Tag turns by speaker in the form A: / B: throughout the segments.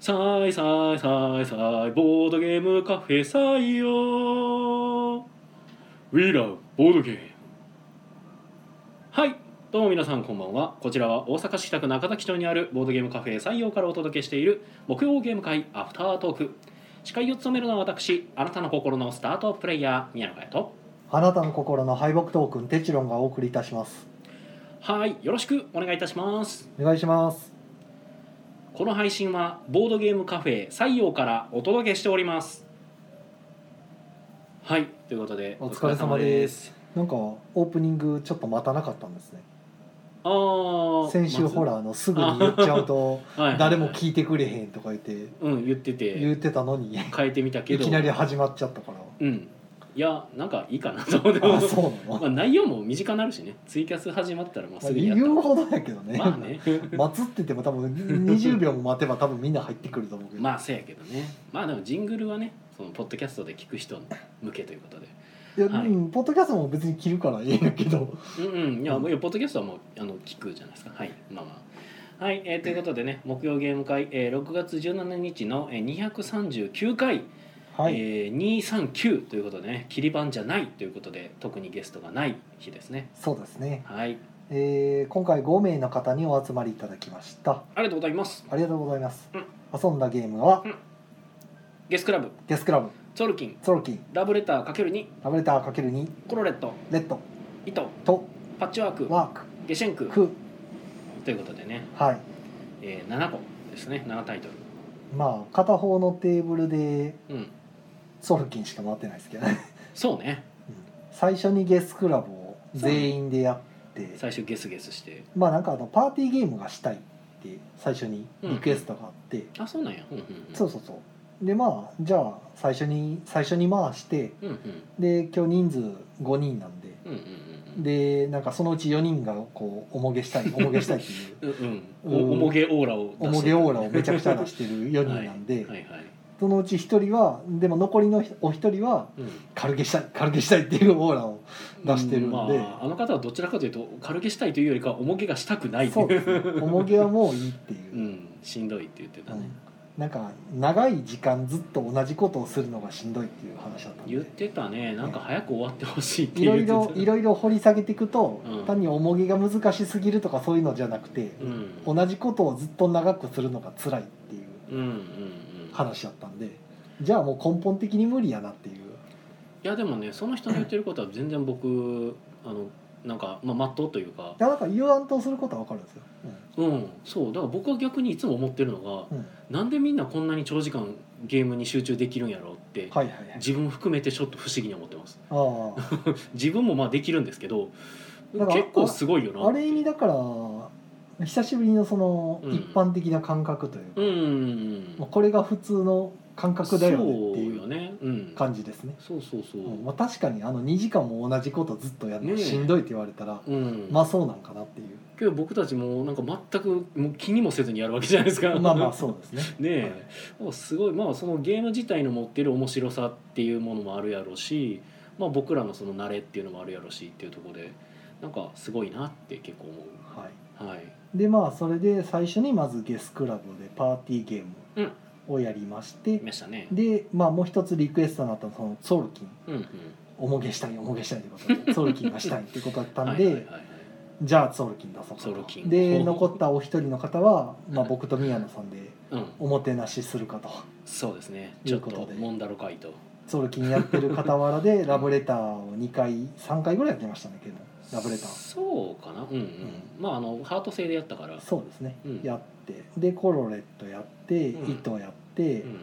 A: さいさいさいさいボードゲームカフェ採用 We love ボードゲームはいどうも皆さんこんばんはこちらは大阪市北区中崎町にあるボードゲームカフェ採用からお届けしている木曜ゲーム会アフタートーク司会を務めるのは私あなたの心のスタートプレイヤー宮野佳代と
B: あなたの心の敗北トークンテチロンがお送りいたします
A: はいよろしくお願いいたします
B: お願いします
A: この配信はボードゲームカフェ採用からお届けしておりますはいということで
B: お疲れ様ですなんかオープニングちょっと待たなかったんです
A: お疲れ
B: ね
A: 様ですああ
B: 先週ほらあのすぐに言っちゃうと誰も
A: い
B: 聞いてくれへんとか言って
A: うん言ってて
B: 言ってたのに
A: 変えてみたけ
B: い
A: ど
B: きなり始まっちゃったから
A: うんいやなんかいいかなと思って
B: あ
A: ま
B: そうなの、
A: あ内容も身近になるしねツイキャス始まったらもう
B: ますあ、
A: ぐや
B: 言
A: った
B: うほどやけどね,、
A: まあね
B: 待つって言っても多分20秒も待てば多分みんな入ってくると思うけど、
A: まあせやけどねまあでもジングルはねそのポッドキャストで聞く人向けということで
B: いや
A: はい
B: うん、ポッドキャストも別に切るからいいんだけど
A: うんうんいやもういやポッドキャストはもうあの聞くじゃないですかはいまあまあはい、えーということでね木曜ゲーム会、えー6月17日の、えー、239回、
B: はい、
A: えー239ということでね切り番じゃないということで特にゲストがない日ですね
B: そうですね、
A: はい
B: えー今回5名の方にお集まりいただきました
A: ありがとうございます
B: ありがとうございます。
A: うん
B: 遊んだゲームは、
A: うんゲスクラブ
B: デスクラブ、
A: ツォルキン
B: ソロキン、
A: ラブレター ×2
B: ラブレター ×2、
A: コロレット
B: レッド、
A: 糸
B: と、
A: パッチワーク
B: ワー
A: ゲシェンク
B: ク、ク、
A: ということでね、
B: はい。
A: えー7個ですね7タイト
B: まあ、片方のテーブルで
A: ルうん
B: ソロキンしか回ってないですけどね。
A: そうね
B: うん最初にゲスクラブを全員でやって、
A: 最初ゲスゲスして
B: まあなんかあの、パーティーゲームがしたいって最初にリクエストがあって、
A: あそうなんやうんうんうん
B: そうそうそう。で、まあ、じゃあ最初に、最初に回して、
A: うんうん
B: で、今日人数5人なんで、
A: うんうんうん
B: でなんかそのうち4人がこう重げしたい重げしたいっ ていう
A: うんうん、
B: うん
A: おおもげオーラを出
B: 重
A: し
B: げ
A: て
B: オーラをめちゃくちゃ出してる4人なんで、
A: はいはい、
B: そのうち1人はでも残りのお一人は
A: うん、
B: 軽げしたい軽げしたいっていうオーラを出してるんで
A: まあ、あの方はどちらかというと軽げしたいというよりかは重げがしたくない
B: そうですね重げはもういいっていうう、
A: ん、しんどいって言ってた
B: う
A: ね、
B: んなんか長い時間ずっと同じことをするのがしんどいっていう話だったん
A: 言っ
B: で。
A: てたねなんか早く終わってほしいって
B: い
A: 言っ
B: ろ
A: て
B: い
A: た
B: ろいろいろ掘り下げていくと、
A: うん
B: 単に重げが難しすぎるとかそういうのじゃなくて、
A: うん
B: 同じことをずっと長くするのが辛いっていう
A: うんうんうん
B: 話だったんでじゃあもう根本的に無理やなっていう
A: いやでもねその人の言ってることは全然僕あのなんかまあまっとうというか
B: いやなんか言わんとすることは分かるんです
A: う
B: よ、
A: んそうだから僕は逆にいつも思ってるのが
B: うんうん、
A: なんでみんなこんなに長時間ゲームに集中できるんやろうって
B: はいはいはい
A: 自分含めてちょっと不思議に思ってます
B: あ
A: 自分もまあできるんですけど
B: だから
A: 結構すごいよなっ
B: あ
A: て
B: ある意味だから久しぶりのその
A: うん
B: 一般的な感覚というか、
A: うんうんう
B: まあ
A: ん
B: これが普通の感覚だよねって
A: そう
B: い
A: よ
B: う
A: ねうん
B: 感じですね、
A: そうそうそう
B: うんまあ、確かにあの2時間も同じことずっとやるの
A: ねえ
B: しんどいって言われたら、
A: うん
B: まあそうなんかなっていう
A: けど僕たちもなんか全くもう気にもせずにやるわけじゃないですか
B: まあまあそうですね
A: ねえもうすごいまあそのゲーム自体の持ってる面白さっていうものもあるやろうしまあ僕らのその慣れっていうのもあるやろうしっていうところでなんかすごいなって結構思
B: はい、
A: うはい
B: でまあそれで最初にまずゲスクラブでパーティーゲームをやりまして
A: い、ましたね
B: でまあもう一つリクエストになったのはそのソウルキン
A: うんうん
B: 重げしたい重げしたいってことでソウルキンがしたいってことだったんで、
A: はいはいはいはい
B: じゃあソウルキン出そうか
A: ソウルキン
B: とで残ったお一人の方は、まあ、
A: うん
B: 僕と宮野さんで
A: うん
B: おもてなしするかと
A: そうですね
B: と
A: ち
B: い
A: ょっ
B: うこと
A: と
B: で
A: モンダロ会と
B: ソウルキンやってる傍 らでラブレターを2回3回ぐらいやってましたねけどラブレター
A: そうかなうんうん、まああのハート製でやったから
B: そうですね、
A: うん
B: やってでコロレットやって
A: うん
B: 糸やって、
A: うん、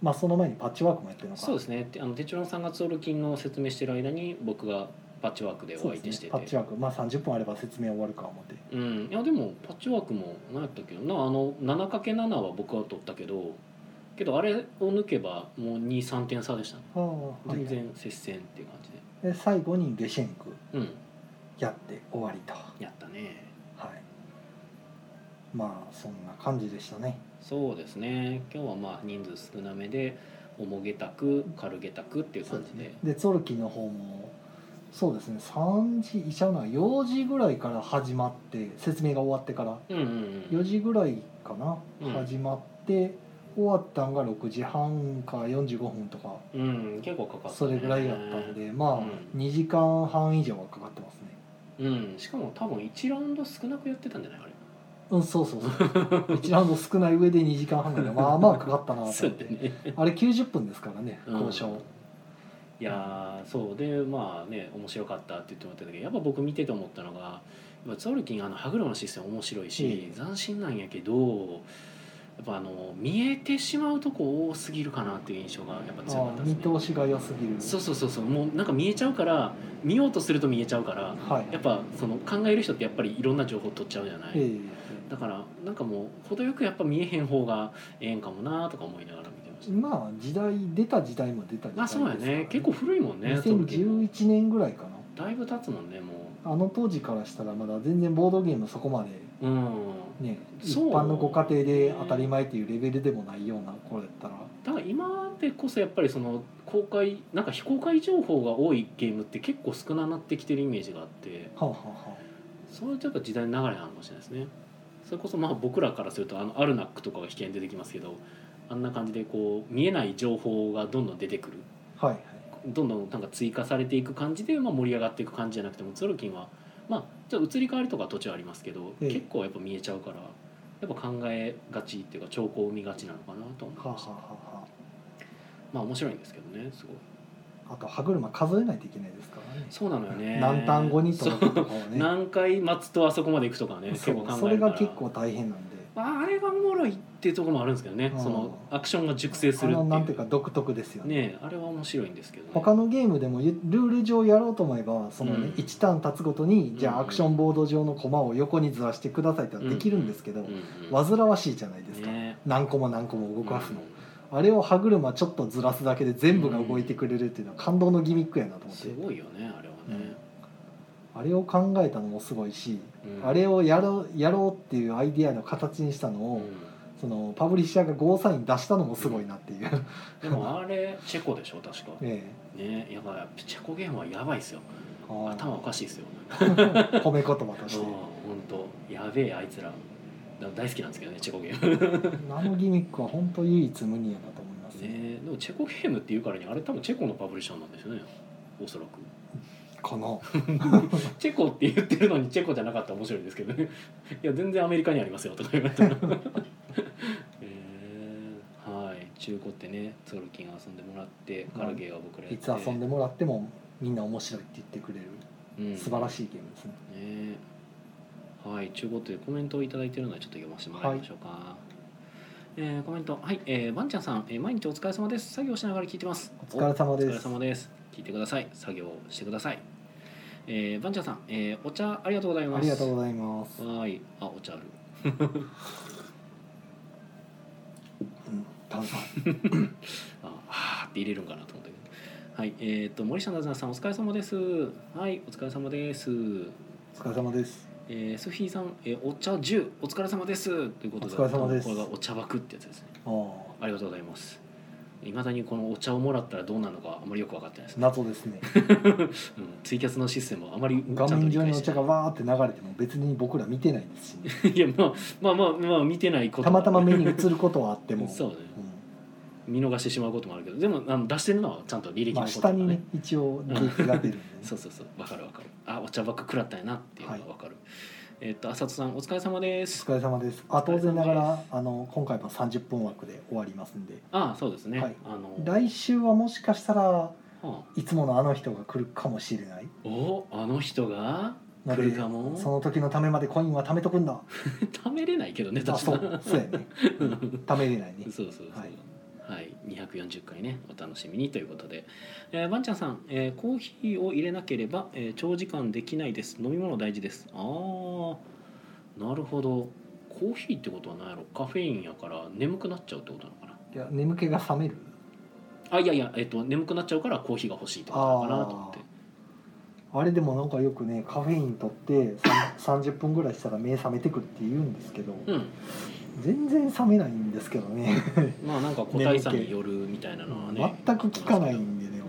B: まあその前にパッチワークもやってるのか
A: そうですねてあのテチロンさんがツオル金の説明してる間に僕がパッチワークでお
B: そう
A: 相手
B: です
A: して
B: ね、パッチ
A: て
B: ワークまあ30分あれば説明終わるか思って
A: うんいやでもパッチワークも何やったっけなあの 7×7 は僕は取ったけどけどあれを抜けばもう23点差でしたね
B: ああはい
A: 全然接戦っていう感じで
B: で最後にゲシェンク
A: うん
B: やって終わりとは
A: やったね
B: いまあそんな感じでしたね
A: そうですね今日はまあ人数少なめで重げたく軽げたくっていう感じで
B: でツォルキの方もそうですね3時いちゃうな4時ぐらいから始まって説明が終わってから
A: うんうんう
B: 4
A: ん
B: 時ぐらいかな、
A: うん
B: 始まって終わったんが6時半か45分とか
A: うん結構かかった、ね、
B: それぐらいやったんでま
A: う
B: あ2時間半以上はかかってますね
A: うんしかも多分1ラウンド少なくやってたんじゃないあれ
B: うんそうそうそう 1ラウンド少ない上で2時間半ぐらいまあまあかかったなと
A: そう
B: 思っ
A: だ
B: て
A: よね
B: あれ90分ですからね
A: うん
B: 交渉
A: いやー そうでまあね面白かったって言ってもらったんだけどやっぱ僕見てて思ったのがやっぱツォルキンあの歯車のシステム面白いし、斬新なんやけどやっぱあの見えてしまうとこ多すぎるかなっていう印象がやっぱ強かっ
B: あ
A: た
B: あ
A: で
B: 見
A: すね
B: 通しが良すぎる
A: そうそうそうそうもうなんか見えちゃうから見ようとすると見えちゃうから
B: はい
A: やっぱその考える人ってやっぱりいろんな情報取っちゃうじゃない、
B: ええ
A: だからなんかもう程よくやっぱ見えへん方がええんかもなとか思いながら見てました
B: まあ時代出た時代も出た時代
A: まあそうやね結構古いもんねツォルキンも
B: 2011年ぐらいか
A: だいぶ経つもんねもう
B: なあの当時からしたらまだ全然ボードゲームそこまで
A: うん、
B: ね一
A: そう
B: 般のご家庭で当たり前っていうレベルでもないような頃やったら
A: だから今でこそやっぱりその公開なんか非公開情報が多いゲームって結構少ななってきてるイメージがあって
B: はあ、はあは
A: そういうちょっと時代の流れなのかもしれないですねそれこそまあ僕らからするとあのアルナックとかが危険出てきますけどあんな感じでこう見えない情報がどんどん出てくる
B: あ、はいはい
A: どんどんなんか追加されていく感じで、まあ、盛り上がっていく感じじゃなくてもツルキンはまあじゃあ移り変わりとか途中ありますけど、
B: ええ
A: 結構やっぱ見えちゃうからやっぱ考えがちっていうか兆候を生みがちなのかなと思い
B: はあ、は
A: ま
B: あ
A: した。
B: はあは
A: まあ面白いんですけどねすごい
B: あ、あと歯車数えないといけないですからね
A: そうなのよね
B: 何単語にと
A: そう
B: かとかをね
A: 何回待つとあそこまで行くとかね結
B: そ
A: 構考えるか
B: う
A: ら
B: それが結構大変なんで
A: まああれがおもろいっていうところもあるんですけどね
B: うん
A: そのアクションが熟成す
B: あ
A: るって
B: のなんて
A: い
B: いう
A: う
B: か独特ですよね
A: ねあれは面白いんですけどね
B: 他のゲームでもゆルール上やろうと思えばその、ね
A: うん
B: 1ターン経つごとにじ
A: う
B: ゃ
A: ん
B: あアクションボード上のコマを横にずらしてくださいってのはできるんですけ
A: う
B: ど、
A: んうん
B: 煩わしいじゃないですか、
A: ね
B: 何個も何個も動かすの、あれを歯車ちょっとずらすだけで全部が動いてくれるっていうのは感動のギミックやな
A: うん
B: と思っ
A: す
B: て、
A: ごいよねあれはね、
B: あれを考えたのもすごいし、
A: うん
B: あれをやろうやろうっていうアイディアの形にしたのを、
A: うん
B: そのパブリッシャーがゴーサイン出したのもすごいなっていう、
A: でもあれチェコでしょ確か
B: ええ
A: ねやばいチェコゲームはやばいですよ
B: あー
A: 頭おかしいですよ
B: 褒め言葉とし
A: うん
B: て
A: 本当やべえあいつらだ大好きなんですけどねチェコゲーム
B: あのギミックは本当唯一無二やなと思いますね
A: ねでもチェコゲームっていうからにあれ多分チェコのパブリッシャーなんですよねおそらく
B: この
A: チェコって言ってるのにチェコじゃなかったら面白いですけどね いや全然アメリカにありますよとか言われたら へえはい中古ってねツールキン遊んでもらってカラゲーは僕らや
B: い
A: っ
B: つ遊ん
A: で、
B: でもらってもみんな面白いって言ってくれる
A: うん、
B: 素晴ら
A: い
B: しいゲームですね
A: ねはい、中古というコメントをいただいているのでちょっと読ませてもらいましょうか、えーコメントはい、えー、ワンちゃんさん、えー毎日お疲れ様です作業しながら聞いてます
B: お疲れ様
A: お疲
B: で
A: れ
B: す
A: 様です聞いてください作業してくださいえー、バンちゃんさん、えー、お茶ありがとうござい
B: あ
A: ます
B: りがとうございます、
A: はーいあお茶ある
B: うん、炭酸
A: あはーって入れるんかなと思ったけどはいえー、と森下なずなさんお疲れ様ですはいお疲れ様です
B: お疲れ様です
A: えー、スフィーさん、えー、お茶10お疲れ様ですということで
B: お疲れ様です
A: 多分これがお茶枠ってやつですね
B: ああ
A: ありがとうございますいまだにこのお茶をもらったらどうなるのかあまりよく分かってないです、
B: 謎で すね
A: うん、ツイキャスのシステムをあまりちゃ
B: 画
A: んと
B: 面
A: 理
B: 上
A: 解
B: にお
A: して
B: 茶
A: な
B: が
A: い
B: わーって流れても別に僕ら見てな いですし、
A: いやまあまあまあまあ見てないこと
B: たまたま目に映ることはあっても
A: そうね
B: ん
A: 見逃してしまうこともあるけどでもあの出してるのはちゃんと履歴の
B: まあ
A: こと
B: 下にね一応デーが出るんで、ね、
A: そうそうそうわかるわかるあお茶ばっか食らったんやなっていうのがわかる、えっと浅戸さんお疲れ様で
B: お
A: す
B: 疲れ様ですあ当然ながらあの今回は30分枠で終わりますんで
A: あそうですね、
B: はい
A: あの
B: 来週はもしかしたら
A: はい
B: つものあの人が来るかもしれない
A: あおあの人が
B: ので
A: 来るかも
B: その時のためまでコインは貯めと くんだ
A: 貯めれないけどね
B: あ
A: 確
B: そ
A: か
B: うそうやね貯めれないね
A: そうそうそうは
B: はいい、
A: 240回ねお楽しみにということで、えー、ばんちゃんさん、えーコーヒーを入れなければ、えー長時間できないです飲み物大事ですあーなるほどコーヒーってことは何やろカフェインやから眠くなっちゃうってことなのかない
B: や眠気が覚める
A: あいやいや、えっと眠くなっちゃうからコーヒーが欲しいってことなのかなと思って
B: あれでもなんかよくねカフェイン取ってさん30分ぐらいしたら目覚めてくるって言うんですけど
A: うん
B: 全然覚めないんですけどね
A: まあなんか個体差によるみたいなのはね
B: 全く効かないんでね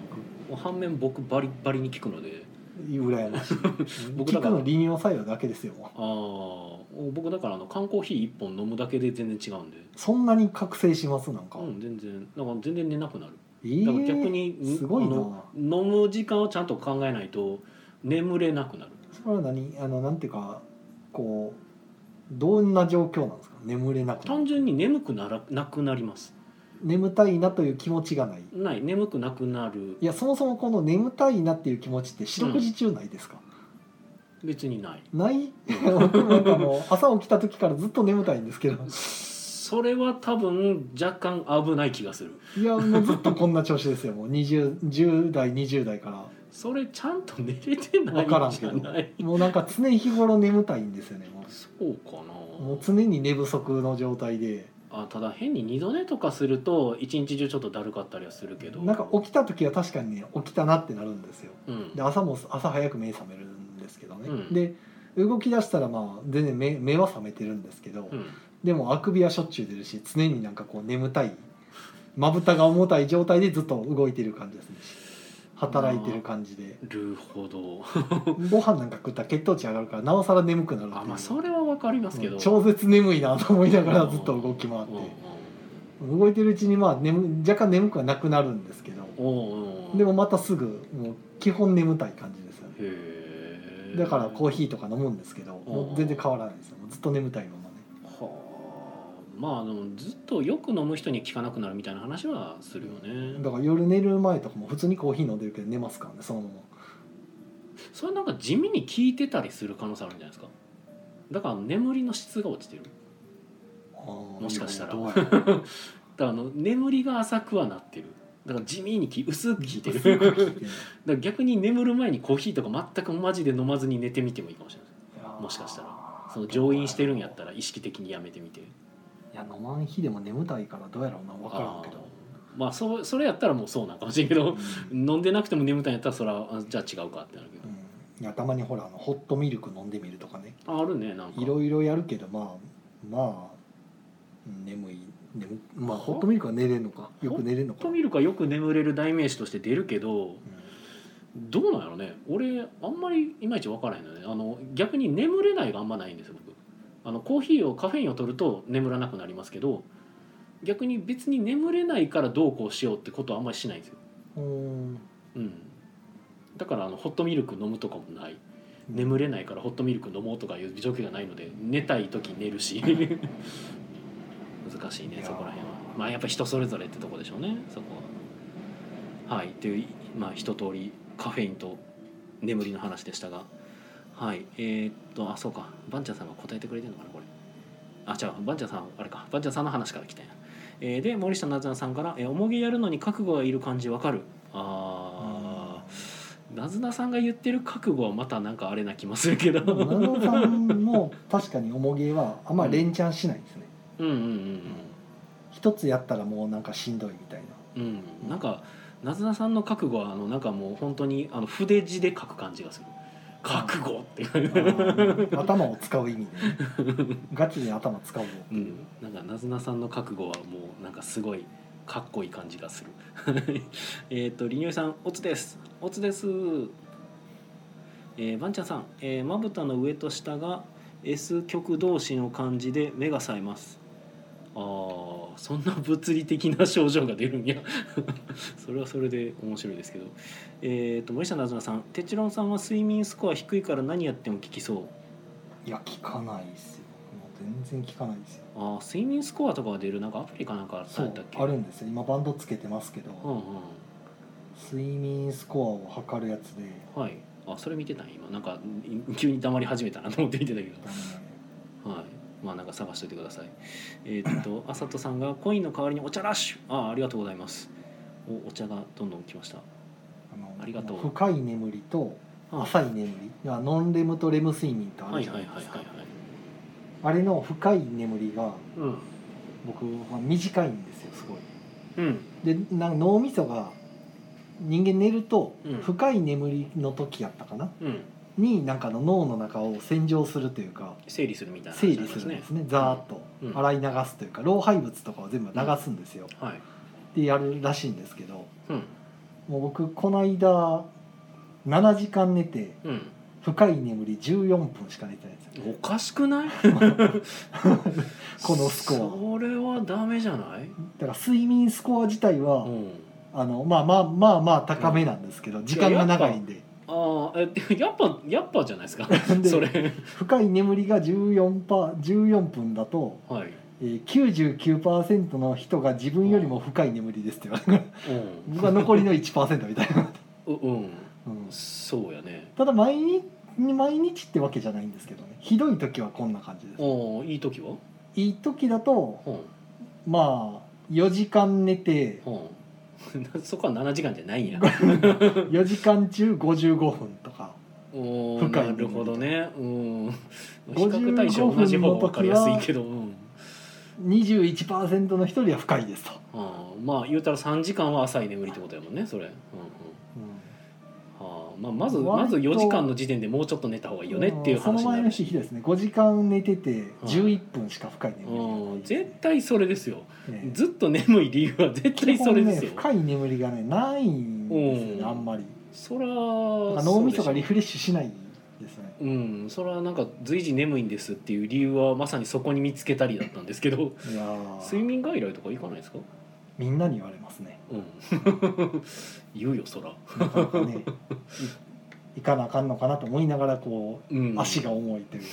A: 反面僕バリバリに聞くので
B: 僕羨ましい
A: 僕
B: 聞
A: だか
B: く
A: ら
B: の利尿作用だけですよ
A: ああ僕だからあの缶コーヒー1本飲むだけで全然違うんで、
B: そんなに覚醒しますなんか、
A: うん、全然なんか全然寝なくなる
B: えー
A: だから逆に、
B: すごいな
A: あの飲む時間をちゃんと考えないと眠れなくなる
B: それは何あのなんていうかこうどんな状況なんですか眠れなくな
A: 単
B: る
A: 純に眠くならなくなります
B: 眠たいなという気持ちがない
A: ない眠くなくなる
B: いやそもそもこの眠たいなっていう気持ちって四六時中ないですか、
A: 別にない
B: ない僕なんかもう朝起きた時からずっと眠たいんですけど
A: それは多分若干危ない気がする
B: いやもうずっとこんな調子ですよもう 20, 10代20代から
A: それちゃんと寝れてな
B: 分から
A: い
B: ん
A: ん
B: け
A: じ
B: ど
A: ゃない
B: もうなんか常日頃眠たいんですよねも
A: そうか
B: うもう
A: な
B: 常に寝不足の状態で
A: あただ変に二度寝とかすると一日中ちょっとだるかったりはするけど
B: なんか起きた時は確かにね起きたなってなるんですよ
A: うん
B: で朝も朝早く目覚めるんですけどね、
A: うん
B: で動き出したらまあ全然目目は覚めてるんですけど、
A: うん
B: でもあくびはしょっちゅう出るし常になんかこう眠たいまぶたが重たい状態でずっと動いてる感じですね働いてる感じで
A: なるほど
B: ご飯なんか食ったら血糖値上がるからなおさら眠くなるっていう
A: あまあそれはわかりますけど、
B: うん超絶眠いなと思いながらずっと動き回って
A: うんうん
B: 動いてるうちにまあ眠若干眠くはなくなるんですけど
A: おうおう
B: でもまたすぐもう基本眠たい感じですよね
A: へえ
B: だからコーヒーとか飲むんですけど
A: うん
B: もう全然変わらないですよもうずっと眠たいままね
A: はあまあでもずっとよく飲む人に効かなくなるみたいな話はするよね
B: だから夜寝る前とかも普通にコーヒー飲んでるけど寝ますからねそのまま
A: それなんか地味に効いてたりする可能性あるんじゃないですかだから眠りの質が落ちてる
B: あー
A: もしかしたら
B: どうやろう
A: だからあの眠りが浅くはなってるだから地味にき薄く効い てる
B: すごい
A: だか
B: 聞いてる
A: ら逆に眠る前にコーヒーとか全くマジで飲まずに寝てみてもいいかもしれないもしかしたらその上院してるんやったら意識的にやめてみて
B: いや飲まん日でも眠たいからどうやろうな分からんけど
A: あーまあそうそれやったらもうそうなんかもしれんけど
B: うん
A: 飲んでなくても眠たいんやったらそれはじゃあ違うかってなるけど、
B: うんいやたまにほらあのホットミルク飲んでみるとかね
A: ああるねなんか
B: いろいろやるけどまあまあうん眠い眠まあホットミルクは寝れんのかよく寝れんの
A: ホッ
B: か
A: トミルクはよく眠れる代名詞として出るけどどうなんやろね俺あんまりいまいち分からへんのよねあの逆に眠れないがあんまないんですよ僕あのコーヒーをカフェインを取ると眠らなくなりますけど逆に別に眠れないからどうこうしようってことはあんまりしないんですよ、
B: うんうん
A: うん、だからあのホットミルク飲むとかもない眠れないからホットミルク飲もうとかいう状況がないので寝たい時寝るし難しい
B: い
A: ね
B: やー
A: そこら辺はまあやっぱ人それぞれってとこでしょうねそこははいというまあ一通りカフェインと眠りの話でしたがはいえーっとあそうかバンちゃんさんが答えてくれてるのかなこれあ違うバンちゃんさんあれかバンちゃんさんの話から来たんや、えーで森下なずなさんから、えー「おもげやるのに覚悟がいる感じわかる」あーなずなさんが言ってる覚悟はまたなんかあれな気もするけどう
B: でも
A: ん
B: 長野さんも確かにおもげはあんま連チャンしないですね、
A: うんうん
B: 一つやったらもうなんかしんどいみ たいな
A: うんうんなんかなずなさんの覚悟はあのなんかもう本当にあの筆字で書く感じがする覚悟っていう、
B: あー頭を使う意味でねガチで頭使おうぞ
A: うん、なんかなずなさんの覚悟はもうなんかすごいかっこいい感じがする えっとりにおいさんおつですおつですえー、ばんちゃんさん、えーまぶたの上と下が S 極同士の感じで目が冴えますあーそんな物理的な症状が出るんや それはそれで面白いですけどえっ、と森下なずなさん「てちろんさんは睡眠スコア低いから何やっても効きそう」
B: いや聞かないですよもう全然聞かないですよ
A: あー睡眠スコアとかが出るなんかアプリかなんかあった
B: そ
A: んや
B: う
A: ったっけ
B: あるんですよ今バンドつけてますけど、
A: うんうん
B: 睡眠スコアを測るやつで、
A: はいあそれ見てたん今なんかい急に黙り始めたなと思って見てたけ
B: あのね
A: どはいまあなんか探しといてくださいえーっとあさとさんがコインの代わりにお茶ラッシュあーありがとうございますおお茶がどんどん来ました
B: あの
A: ありがとう
B: 深い眠りと
A: あ
B: 浅い眠りいやノンレムとレム睡眠ってあ
A: は
B: る
A: い
B: じゃ
A: は
B: ない
A: はいいは
B: で
A: い
B: す
A: は
B: か
A: い
B: あれの深い眠りが
A: うん
B: 僕は短いんですよすごい
A: うん
B: でなんか脳みそが人間寝ると
A: うん
B: 深い眠りの時やったかな、
A: うん
B: になんかの脳の中を洗浄するというか
A: 整理するみたいな
B: 整
A: 話あ
B: 理
A: ります
B: るん
A: ね
B: ですねざーっと
A: うん
B: 洗い流すというか老廃物とかを全部流すんですよ、
A: はい
B: でやるらしいんですけど
A: うん
B: もう僕この間7時間寝て
A: うん
B: 深い眠り14分しか寝てないんです
A: お
B: よ
A: かしくない
B: このスコ
A: そ
B: ア
A: れはダメじゃない、
B: だから睡眠スコア自体は、
A: うん、
B: あのまあまあまあまあ高めなんですけど、時間が長いんで
A: ああえやっぱやっぱじゃないですか
B: で
A: それ
B: 深い眠りが 14, パ14分だと、
A: はい、
B: えー、99%の人が自分よりも深い眠りですって言われる
A: うん
B: 僕は残りの1%みたいな、
A: ううん、
B: うん
A: そうやね
B: ただ毎日毎日ってわけじゃないんですけどねひどい時はこんな感じです
A: おいい時はい
B: い時だと
A: うん
B: まあ4時間寝て
A: うん そこは7時間じゃないんや
B: 4時間中55分とか
A: お
B: 深
A: ー
B: い
A: なるほどねうん比
B: 55
A: 較対象同じ方が分かりやすいけど、うん、
B: 21%の人よりは深いですと、
A: あーまあ言うたら3時間は浅い眠りってことやもんねそれ、うんうんあーまあ、まずま
B: 割
A: ず
B: と
A: 4時間の時点でもうちょっと寝た方がいいよねっていう
B: そ
A: 話
B: の
A: にな
B: 前の
A: る
B: 日
A: し、
B: ひどいですね5時間寝てて11分しか深い眠りがない、
A: うん、絶対それですよ
B: ええ
A: ずっと眠い理由は絶対
B: 基
A: それ
B: 本
A: で
B: ね
A: すよ、
B: 深い眠りがねないんですよね
A: うん
B: あんまり
A: そ
B: だから
A: ら
B: 脳みそが
A: そうで
B: リ
A: しょ
B: フレッシュしないですね
A: うん、それはなんか随時眠いんですっていう理由はまさにそこに見つけたりだったんですけ ど
B: いや
A: 睡
B: ー
A: 眠外来とか行かないですか
B: みんなに言われますね
A: うん 言うよそら、
B: なかなか ねいいかなあかんのかなと思いながらこ
A: う、
B: うん足が重いという、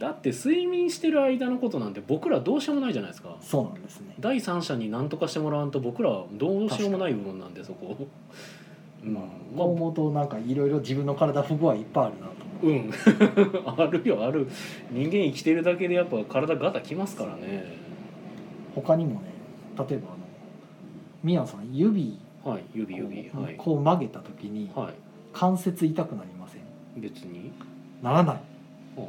A: だって睡眠してる間のことなんて僕らどうしようもないじゃないですか
B: そうなんですね
A: 第三者に何とかしてもらわんと僕らはどうしようもない部分なんでそこうん
B: ま
A: ま
B: あ、
A: あ
B: こう思うとなんかいろいろ自分の体不具合いっぱいあるなと
A: うん あるよある人間生きてるだけでやっぱ体ガタきますからね
B: 他にもね例えばあの宮野さん指
A: はい指
B: こう
A: 指はい、
B: こう曲げた時に
A: はい、
B: 関節痛くなりません
A: 別に、
B: ならな
A: うん
B: い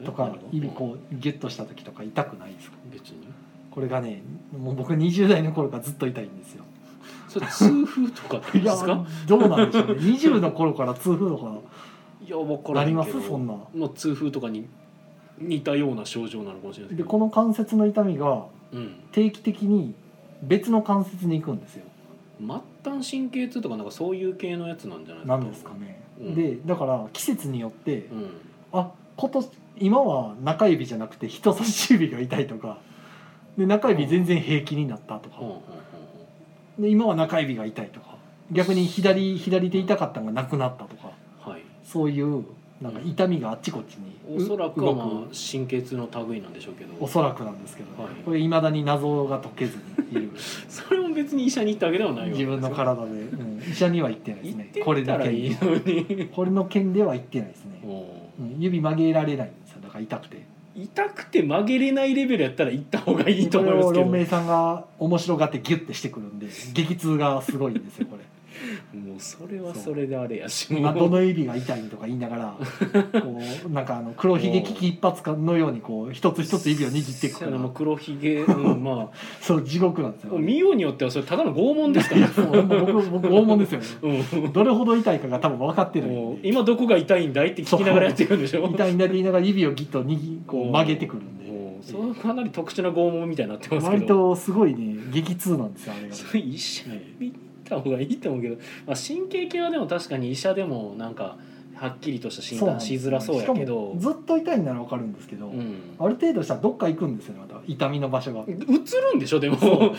A: え
B: とか
A: なるほど
B: 指こうギュッとした時とか痛くないですか
A: うん別に
B: これがねもう僕20代の頃からずっと痛いんですよ
A: それ痛風とかって言
B: い
A: うん
B: や
A: です か
B: どうなんでしょうね20の頃から痛風とか
A: いや分から
B: なりま
A: ん け
B: す
A: ど
B: そんな
A: まあ、痛風とかに似たような症状なのかもしれないです
B: で
A: けど
B: この関節の痛みが
A: うん、
B: 定期的に別の関節に行くんですよ
A: 末端神経痛とかなんかそういう系のやつなんじゃない
B: なんですかね、
A: うん
B: でだから季節によって、
A: うん
B: あ今年今は中指じゃなくて人差し指が痛いとかで中指全然平気になったとか
A: ほんほんほんほ
B: で今は中指が痛いとか逆に左左手痛かったのがなくなったとか
A: んはい
B: そういうなんか痛みがあっちこっちに
A: おそらくは
B: 動
A: まあ
B: く
A: 神経痛の類なんでしょうけど
B: おそらくなんですけど、
A: はい
B: これいまだに謎が解けずにいる
A: それも別に医者に行ったわけではないわけです
B: 自
A: よ
B: 分の体で、うん医者には行ってないです
A: 行っ
B: ね
A: て
B: こ
A: こ
B: れ
A: れ
B: だ
A: だ
B: け
A: けいいのに
B: これの件では行ってないですね、
A: う
B: うんん、指曲げられないんですよだから痛くて
A: 痛くて曲げれないレベルやったら行った方がいいと思います
B: これ
A: け
B: を
A: ど
B: 論
A: も
B: 明さんが面白がってギュッてしてくるんで激痛がすごいんですよこれ
A: うそれはそれであれやし
B: ま
A: も
B: あどの指が痛いとか言いながらこうなんかあの黒ひげ危機一発かのようにこう一つ一つ指を握っていくか
A: そうやなも
B: ら
A: う黒ひげ、うん、ま
B: そう地獄なんです
A: あ
B: よ
A: もう見ようによってはそれただの拷問ですか
B: い や
A: ら、
B: そう僕僕拷問ですよね
A: うん、
B: どれほど痛いかが多分分かってない
A: もうん
B: で
A: 今どこが痛いんだいって聞きながらやってるんでしょ
B: 痛いんだって言いながら指をギッと握こう曲げてくるんで
A: もうそのかなり特殊な拷問みたいになってますけ
B: 割
A: ど
B: とすごいね激痛なんですよ あれが
A: それ医者に行った方がいいと思うけど、まあ、神経系はでも確かに医者でもなんかはっきりとした診
B: そうなん
A: 断
B: です
A: し
B: よ
A: づらそうやけど
B: しかもずっと痛いんなら分かるんですけど、
A: うん
B: ある程度したらどっか行くんですよねまた痛みの場 所が。
A: うつるんでしょで
B: そう
A: も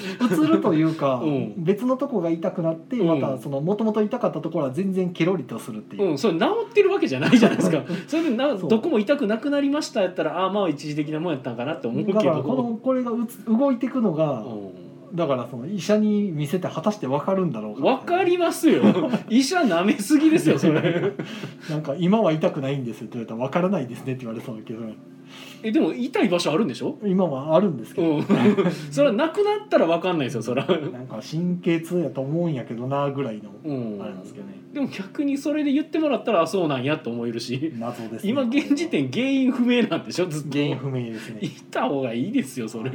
B: 移るというか、
A: うん
B: 別のとこが痛くなって
A: う
B: ま
A: ん
B: たそのもともと痛かったところは全然ケロリとするっていうう、
A: ん、それ治ってるわけじゃないじゃないですかそれでな
B: そう
A: どこも痛くなくなりましたやったらああまあ一時的なもんやったんかなって思うけど
B: だからこのこれがうつ動いていくのが、
A: う
B: だからその医者に見せて果たして分かるんだろうんか
A: わかります よ医者舐めすぎですよそれ
B: なんか今は痛くないんですよって言われたら分からないですねって言われそうだけど
A: えでも痛い場所あるんでしょ
B: 今はあるんですけ
A: う
B: ど、
A: んそれはなくなったらわかんないですよそれは
B: なんか神経痛やと思うんやけどなぐらいの
A: うん
B: あれなんですけどね、
A: でも逆にそれで言ってもらったらあそうなんやと思えるし
B: 謎です、ね、
A: 今現時点原因不明なんでしょずっと
B: 原因不明ですね
A: いた方がいいですよそれ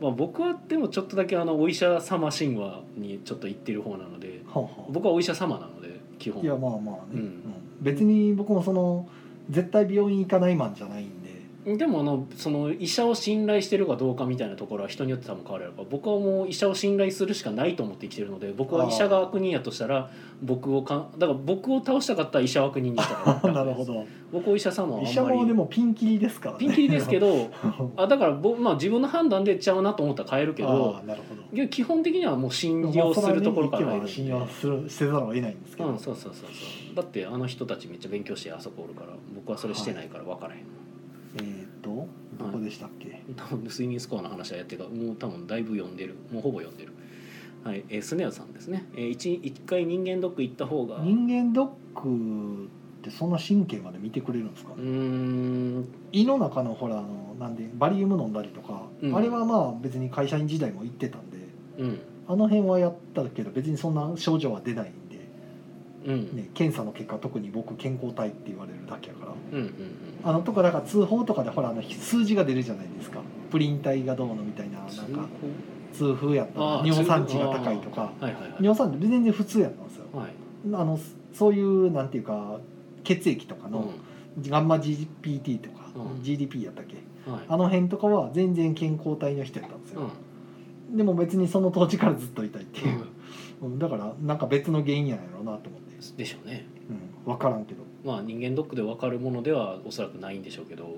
A: まあ僕はでもちょっとだけあのお医者様神話にちょっと行ってる方なので
B: はあはあ
A: 僕はお医者様なので基本
B: いやまあまあね、
A: うん
B: うん別に僕もその絶対病院行かないマンじゃないんで
A: でもあのその医者を信頼してるかどうかみたいなところは人によって多分変わるやろうから僕はもう医者を信頼するしかないと思って生きてるので僕は医者が悪人やとしたら僕をかんだから僕を倒したかったら医者を悪人にしたから
B: なるほど
A: 僕を医者様はあん
B: 医
A: まり
B: 者もでもピンキリですからね
A: ピンキリですけど
B: あ
A: あだから僕、まあ、自分の判断でちゃうなと思ったら変えるけど
B: あなるほど
A: いや基本的にはもう信
B: まあ
A: 用するところから
B: そ
A: 入るん
B: れは
A: で
B: ね信用するせざるを得ないんですけど、
A: うん、そうそうそうそうだってあの人たちめっちゃ勉強してあそこおるから僕はそれしてないから分からへん、
B: えーっとどこでしたっけ、
A: 多分睡眠スコアの話はやってるからもう多分だいぶ読んでるもうほぼ読んでるはい、えー、スネアさんですね、えー、一一回人間ドック行った方がう
B: 人間ドックってそんな神経まで見てくれるんですかね、
A: ーん
B: 胃の中のほらあのなんでバリウム飲んだりとか、
A: うん
B: あれはまあ別に会社員時代も行ってたんで
A: うん
B: あの辺はやったけど別にそんな症状は出ないんで、
A: うん、
B: ね、検査の結果特に僕健康体って言われるだけやから
A: うんうん
B: あのとかだから通報とかでほらあの数字が出るじゃないですかプリン体がどうのみたいななん
A: うん
B: か痛風やったら
A: あー
B: 尿酸値が高いとか
A: あーはいはいはい
B: 尿酸値全然普通やったんですよ
A: はい
B: あのそういうなんていうか血液とか
A: う
B: の、
A: ん
B: ガンマ GPT とか、
A: うん
B: GDP やったっけ
A: はい
B: あの辺とかは全然健康体の人やったんです
A: う
B: よ、
A: ん
B: でも別にその当時からずっといたいっていう、うんだからなんか別の原因やろうなと思
A: う
B: って、
A: んでしょうね
B: うん、分からんけど、
A: まあ人間ドックで分かるものではおそらくないんでしょうけど、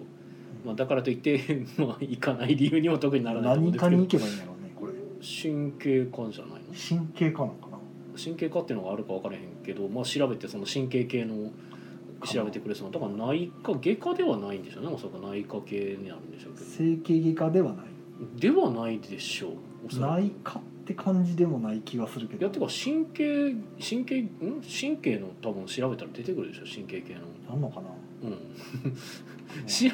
A: まあ、だからといって まあ行かない理由にも特にならないと思うん
B: 何
A: で
B: か
A: すけ
B: に行
A: ど
B: けばいいんやろうねこれ
A: 神経科じゃないの
B: 神経科なのかな
A: 神経科っていうのがあるか分からへんけど、まあ、調べてその神経系の調べてくれそうなだから内科外科ではないんでしょうねおそらく内科系になるんでしょうけ
B: 整形外科ではない
A: どではないでしょうおそらく
B: 内科って感じでもない気がするけ
A: い
B: ど
A: やてか神経神経ん神経の多分調べたら出てくるでしょ神経系の
B: なんのかな
A: うん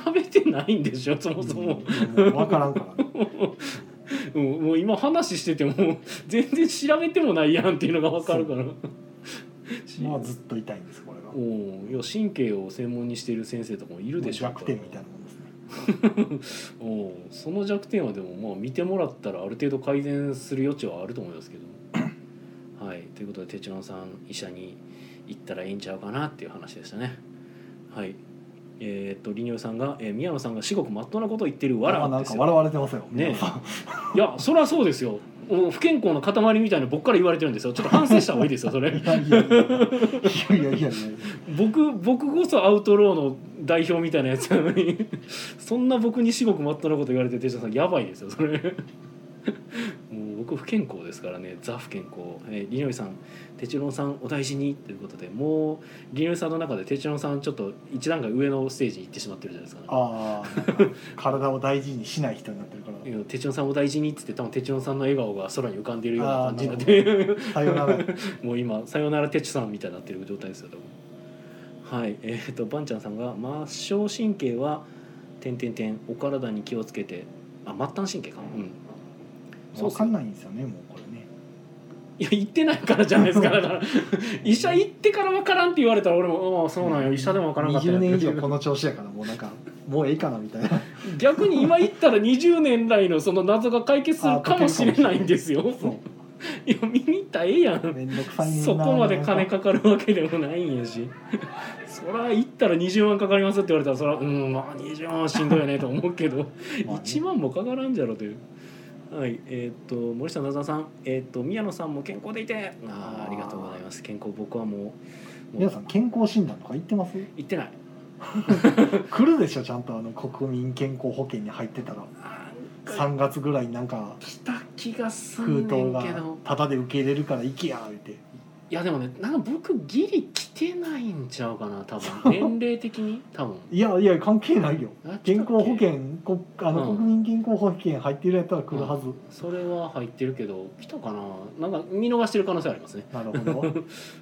A: 調べてないんでしょそもそも、
B: 分からんから、ね、
A: うん、もう今話してても全然調べてもないやんっていうのが分かるからし
B: まあずっと痛いんですこれが
A: おういや神経を専門にしている先生とかもいるでしょう
B: 弱点みたいなもんですね
A: おうその弱点はでもまあ見てもらったらある程度改善する余地はあると思いますけどはいということで哲郎さん医者に行ったらいいんちゃうかなっていう話でしたねはいえーっとリニューさんが、えー宮野さんが至極まっとうなことを言ってるわ
B: あ
A: ら
B: なん
A: です
B: か
A: よ
B: 笑われてますよ
A: ねえ
B: 皆さん
A: いやそりゃそうですよもう不健康の塊みたいな僕から言われてるんですよちょっと反省した方がいいですよそ
B: いやいやいやいやいやいやいやいやいや
A: れ 僕僕こそアウトローの代表みたいなやつなのに そんな僕に至極まっとうなこと言われて哲也さんやばいですよそれ もう僕不健康ですからねザ不健康、えー、リノイさん哲郎さんお大事にということでもうリノイさんの中で哲郎さんちょっと一段階上のステージに行ってしまってるじゃないですか、ね、
B: ああ体を大事にしない人になってるから
A: いや哲郎さんお大事にっつって多分哲郎さんの笑顔が空に浮かんでいるような感じになって
B: さよ なら
A: もう今「さよならてちさん」みたいになってる状態ですよ多分はいえっ、とばんちゃんさんが「末梢神経は点点点お体に気をつけて」あ末端神経かうんそうっ
B: 分
A: す
B: か
A: よ
B: んないんですよねもうこれね
A: いや行ってないからじゃないですかだから医者行ってから分からんって言われたら俺も「ああそうなんよ医者でも分からんかったよ
B: 20年以上この調子やからもうなんかもうええかなみたいな
A: 逆に今行ったら20年来のその謎が解決するかもしれないんですよ
B: そ
A: いや見に行ったらええやん
B: うめんどくさいねんな
A: そこまで金かかるわけでもないんやし そら行ったら20万かかりますって言われたらそらうんまあ20万はしんどいよねと思うけど、
B: まあね
A: 1万もかからんじゃろという。はい、えーっと森下なざさん、えーっと宮野さんも健康でいて、あーありがとうございます。健康僕はもうも
B: 皆
A: う
B: さん健康診断とか行ってます
A: 行ってない。
B: 来るでしょちゃんとあの国民健康保険に入ってたら
A: あーなんか
B: 3月ぐらいになんか
A: 来た気がす
B: 封
A: んね
B: 筒
A: ん
B: が
A: けど、
B: タダで受け入れるから行けや言うて
A: いやでもね、なんか僕ギリ来てないんちゃうかな多 分年齢的に多分。
B: いやいや関係ないよ
A: あ来たっけ
B: 健康保険こあの、
A: うん
B: 国民健康保険入ってるやったら来るはず、
A: それは入ってるけど来たかななんか見逃してる可能性あり ますね
B: なるほど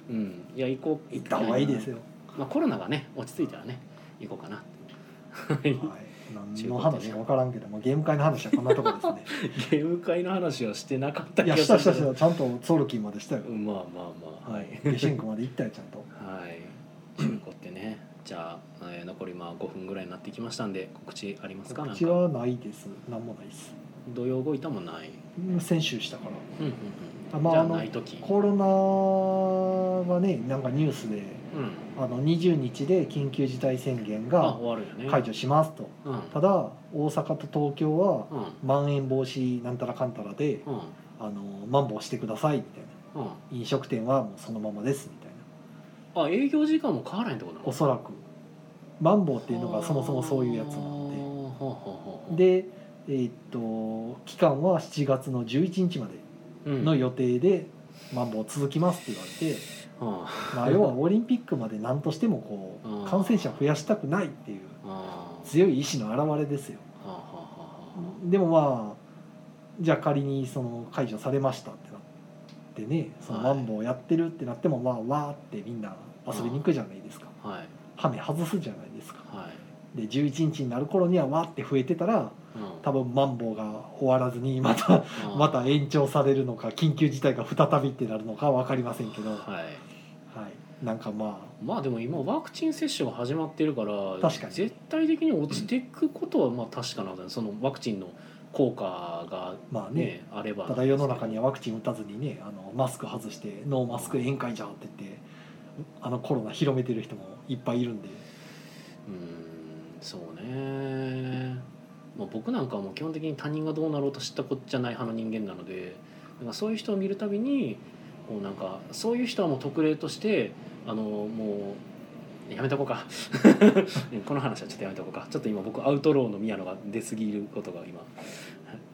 A: うんいや行こう
B: 行った方がいいですよ、
A: まあ、コロナがね落ち着いたらね行こうかなはい
B: はい、何の話か分からんけどもゲーム会の話はこんなと こですね
A: ゲーム会の話はしてなかった
B: い
A: 気
B: や
A: が
B: した
A: す
B: した
A: るけ
B: し
A: ど
B: たちゃんとソウルキンまでしたよ
A: うんまあまあまあ
B: はい下旬区まで行ったよちゃんと
A: はい中古ってねじゃあ、えー残りまあ5分ぐらいになってきましたんで告知ありますか
B: う
A: なん
B: ち
A: か
B: はないです何もないです
A: 土曜動いたもない
B: 先週したから
A: うんうん
B: あ
A: うん
B: まあ
A: じゃ
B: あ
A: あ
B: の
A: ない時
B: コロナはねなんかニュースで
A: うん
B: あの20日で緊急事態宣言
A: あ
B: が
A: 終わるよね
B: 解除しますと
A: うん
B: ただ大阪と東京は
A: うん
B: まん延防止なんたらかんたらで
A: うん
B: あのマンボウしてくださいみたいな
A: うん
B: 飲食店はもうそのままですみたい
A: あ
B: な
A: 営業時間も変わらないってことなの
B: おそらくマンボウっていうのがそもそもそういうやつなの
A: のでほうほうほうほう
B: ででえーっと期間は7月の11日まで
A: うん
B: の予定でマンボウ続きますって言われて、
A: うん
B: まあ、要はオリンピックまで何としてもこ
A: うん
B: う感染者増やしたくないっていう
A: あー
B: 強い意志の表れですよ
A: はあはあは
B: でもまあじゃあ仮にその解除されましたってなってねそのマンボウやってるってなってもまあわーってみんな遊びに行くじゃないですか
A: あはい
B: ハメ外すじゃないですか
A: はい
B: で11日になる頃にはわーって増えてた
A: う
B: ら
A: ん
B: 多分マンボウが終わらずにまた
A: うん
B: また延長されるのか緊急事態が再びってなるのか分かりませんけど、は
A: はい
B: い、なんかま
A: まあでも今ワクチン接種が始まってるから
B: 確かに
A: 絶対的に落ちていくことはまあ確かなんだよそのワクチンの効果が
B: あまあね
A: ねあれば
B: ただ世の中にはワクチン打たずにねあのマスク外してノーマスク宴会じゃんって言ってあのコロナ広めてる人もいっぱいいるんで
A: うーんそうね、まあ、僕なんかはもう基本的に他人がどうなろうと知ったこっちゃない派の人間なのでなんかそういう人を見るたびにこうなんかそういう人はもう特例としてあのもうやめとこうか この話はちょっとやめとこうかちょっと今僕アウトローの宮野が出過ぎることが今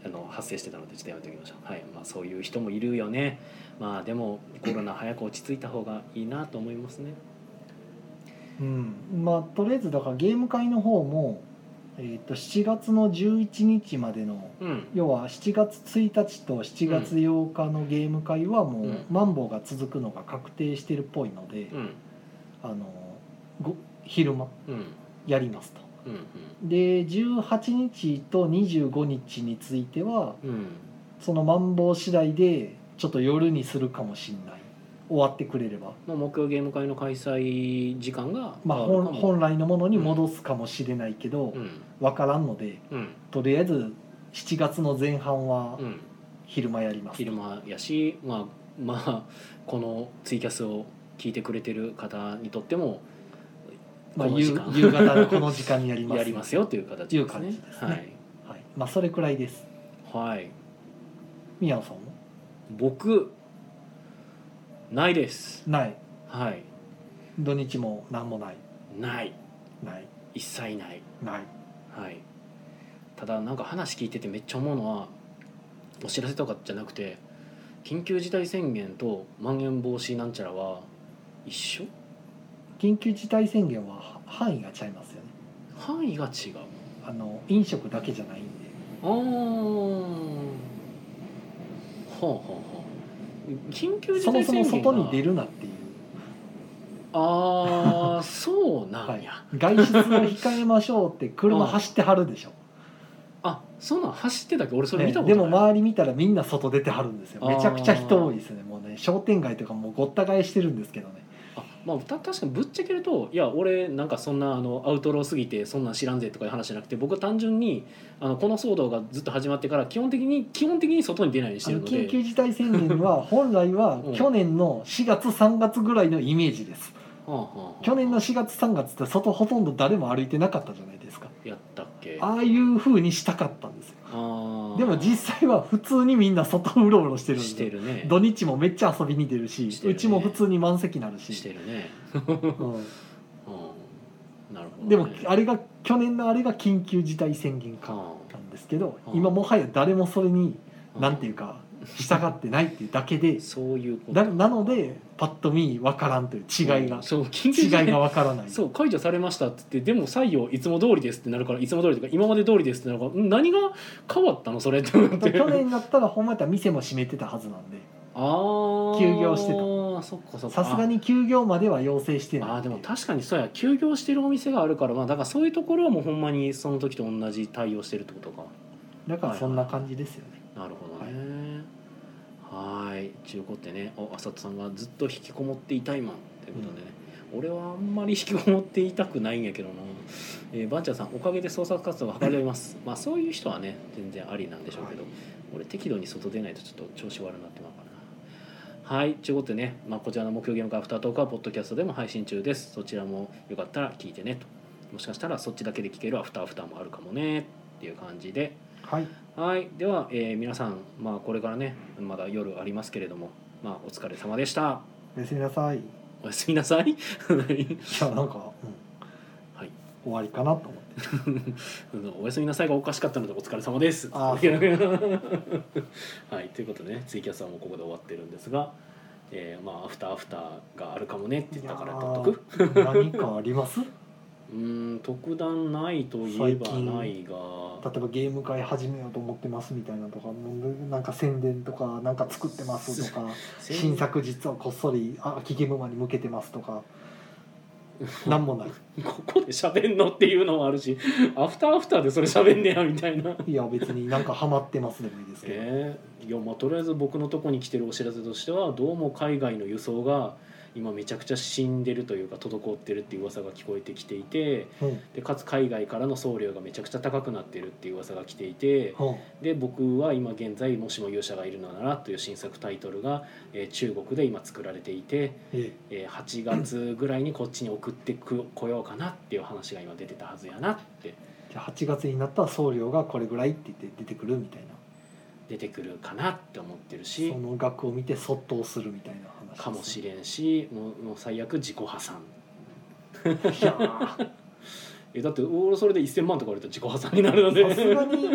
A: あの発生してたのでちょっとやめておきましょう、はいまあ、そういう人もいるよねまあでもコロナ早く落ち着いた方がいいなと思いますね
B: うんまあとりあえずだからゲーム会の方も、えー、と7月の11日までの
A: うん
B: 要は7月1日と7月8日のゲーム会はもう、
A: うん
B: マンボウが続くのが確定してるっぽいので、
A: うん
B: あのご昼間
A: うん
B: やりますと。
A: うんうん
B: で18日と25日については
A: うん
B: そのマンボウ次第でちょっと夜にするかもしんない終わってくれれば、
A: まあ、目標ゲーム会の開催時間が
B: まあ、
A: 変わ
B: 本
A: るかも
B: 本来のものに戻すかもしれないけど、
A: うん
B: わからんので
A: うん
B: とりあえず7月の前半は
A: うん、
B: 昼間やります、
A: 昼間やし、まあ、まあこのツイキャスを聞いてくれてる方にとっても
B: まあ、
A: この時
B: 夕
A: 間
B: 夕方のこの時間にやります
A: やりますよという形
B: いう
A: です
B: 感
A: ね
B: じですねはいまあ、それくらいです
A: はい、はい、
B: 宮野さんも
A: 僕ないです
B: ない
A: はい
B: 土日も何もない
A: ない
B: ない
A: 一切ない
B: ない
A: はい、ただなんか話聞いててめっちゃ思うのはお知らせとかじゃなくて緊急事態宣言とまん延防止なんちゃらは一緒
B: 緊急事態宣言はは範囲がちゃいますよね
A: 範囲が違う
B: あの飲食だけじゃないんで
A: あーはあはあはあ緊急事
B: そも
A: 態
B: そ
A: 宣言
B: も
A: が
B: 外に出るなっていう、
A: ああそうな
B: は
A: ん
B: い
A: や、、
B: 外出を控えましょうって車走ってはるでしょ
A: あそんなん走ってたっけ俺それ見
B: ね
A: たことな
B: で
A: い、
B: も周り見たらみんな外出てはるんですよめちゃくちゃ人多いですねもうね商店街とかもうごった返してるんですけどね
A: あまあ、た確かにぶっちゃけるといや俺なんかそんなあのアウトローすぎてそんなん知らんぜとかいう話じゃなくて僕は単純にあのこの騒動がずっと始まってから基本的に基本的に外に出ないようにし
B: あ
A: てる
B: の
A: の
B: 緊
A: で
B: 急事態宣言は本来は
A: うん
B: 去年の4月3月ぐらいのイメージです
A: はあはあはあ
B: 去年の4月3月って外ほとんど誰も歩いてなかったじゃないですか
A: やったっけ
B: ああいう風にしたかったんですよ
A: あー
B: でも実際は普通にみんな外うろうろしてるんです
A: し
B: よ
A: てるね
B: 土日もめっちゃ遊びに出るし
A: してる
B: う
A: ね
B: ちも普通に満席になるし
A: してるね、
B: う
A: うん、なるほど、
B: ん、
A: ね、
B: でもあれが去年のあれが緊急事態宣言かなんですけど
A: うん
B: 今もはや誰もそれになんていうか従ってないっていうだけで
A: うんそういうこと
B: だなのでパッと見分からんという違いが
A: うんそう緊急事態
B: 違いが分からない
A: そう解除されましたって言ってでも採用いつも通りですってなるからいつも通りとか今まで通りですってなるからん何が変わったのそれって思って
B: 去年だったらほんまやったら店も閉めてたはずなんで
A: ああ
B: 休業して
A: そっかそっか
B: さすがに休業までは要請して
A: あ
B: ない
A: あーでも確かにそうや休業してるお店があるからまあだからそういうところはもうほんまにその時と同じ対応してるってことか
B: だからそんな感じですよね
A: なるほどねはーい中古ってねお浅田さんがずっと引きこもっていたいもんってことでね、俺はあんまり引きこもっていたくないんやけどな、えー、ばんちゃんさんおかげで創作活動がはかどりますまあそういう人はね全然ありなんでしょうけど、
B: は
A: 俺適度に外出ないとちょっと調子悪くなってまうからなはいということでね、まあ、こちらの目標ゲームカフェタートークはポッドキャストでも配信中ですそちらもよかったら聞いてねともしかしたらそっちだけで聞けるアフターアフターもあるかもねっていう感じで
B: はい
A: はいでは、えー皆さん、まあ、これからねまだ夜ありますけれども、まあ、お疲れ様でした
B: おやすみなさいい
A: おやすみなさい
B: やなんか、うん
A: はい
B: 終わりかなと思って
A: おやすみなさいがおかしかったのでお疲れ様です。
B: あー
A: はい、ということでねツイキャスはもうここで終わってるんですが、えーまあアフターアフターがあるかもねって言ったから取っとく
B: いやー何かあります例
A: うーん特段ないといえばないが
B: えばゲーム会始めようと思ってますみたいなとかなんか宣伝とかなんか作ってますとか新作実はこっそりあ秋ゲームマンに向けてますと かなんもない
A: ここで喋んのっていうのもあるしアフターアフターでそれ喋んねやみたいな。
B: いや別になんかハマってますでもいいですけど、
A: えーいやまあとりあえず僕のとこに来てるお知らせとしてはどうも海外の輸送が今めちゃくちゃ死んでるというか滞ってるっていう噂が聞こえてきていて
B: うん
A: でかつ海外からの送料がめちゃくちゃ高くなってるっていう噂が来ていて
B: うん
A: で僕は今現在「もしも勇者がいるのなら」という新作タイトルが、えー中国で今作られていて、
B: え
A: えー8月ぐらいにこっちに送ってくこようかなっていう話が今出てたはずやなって
B: えじゃあ8月になったら送料がこれぐらいって言って出てくるみたいな
A: 出てくるかなって思ってるし
B: そ。の額を見てそっとするみたいな話です
A: かもしれんしもうもう最悪自己破産
B: いやー
A: えだって俺それで1,000万とか言われたら自己破産になるので
B: さすがに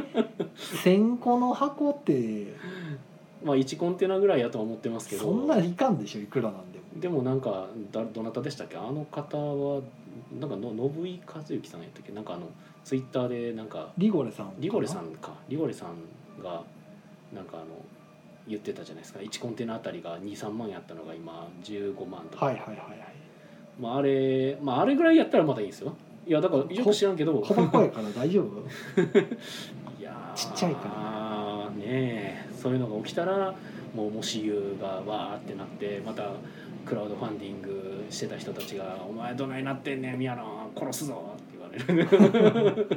B: 1000個の箱って
A: まあ1コンテナぐらいやとは思ってますけど
B: そんなんいかんでしょいくらなんでも
A: でもなんかだどなたでしたっけあの方はなんかの信井和幸さんやったっけなんかあのツイッターでなんか
B: リゴレさんかな
A: リゴレさんかリゴレさんがなんかあの言ってたじゃないですか1コンテナあたりが23万やったのが今15万とか、
B: はいはいはいはい
A: まあ、あれまああれぐらいやったらまだいいんですよいやだからよく知らんけど
B: 小箱やから大丈夫
A: いやー
B: ちっちゃいから
A: ねえそういうのが起きたらもうもし言うがわーってなってまたクラウドファンディングしてた人たちが「お前どないなってんねん宮野殺すぞ」って 言われる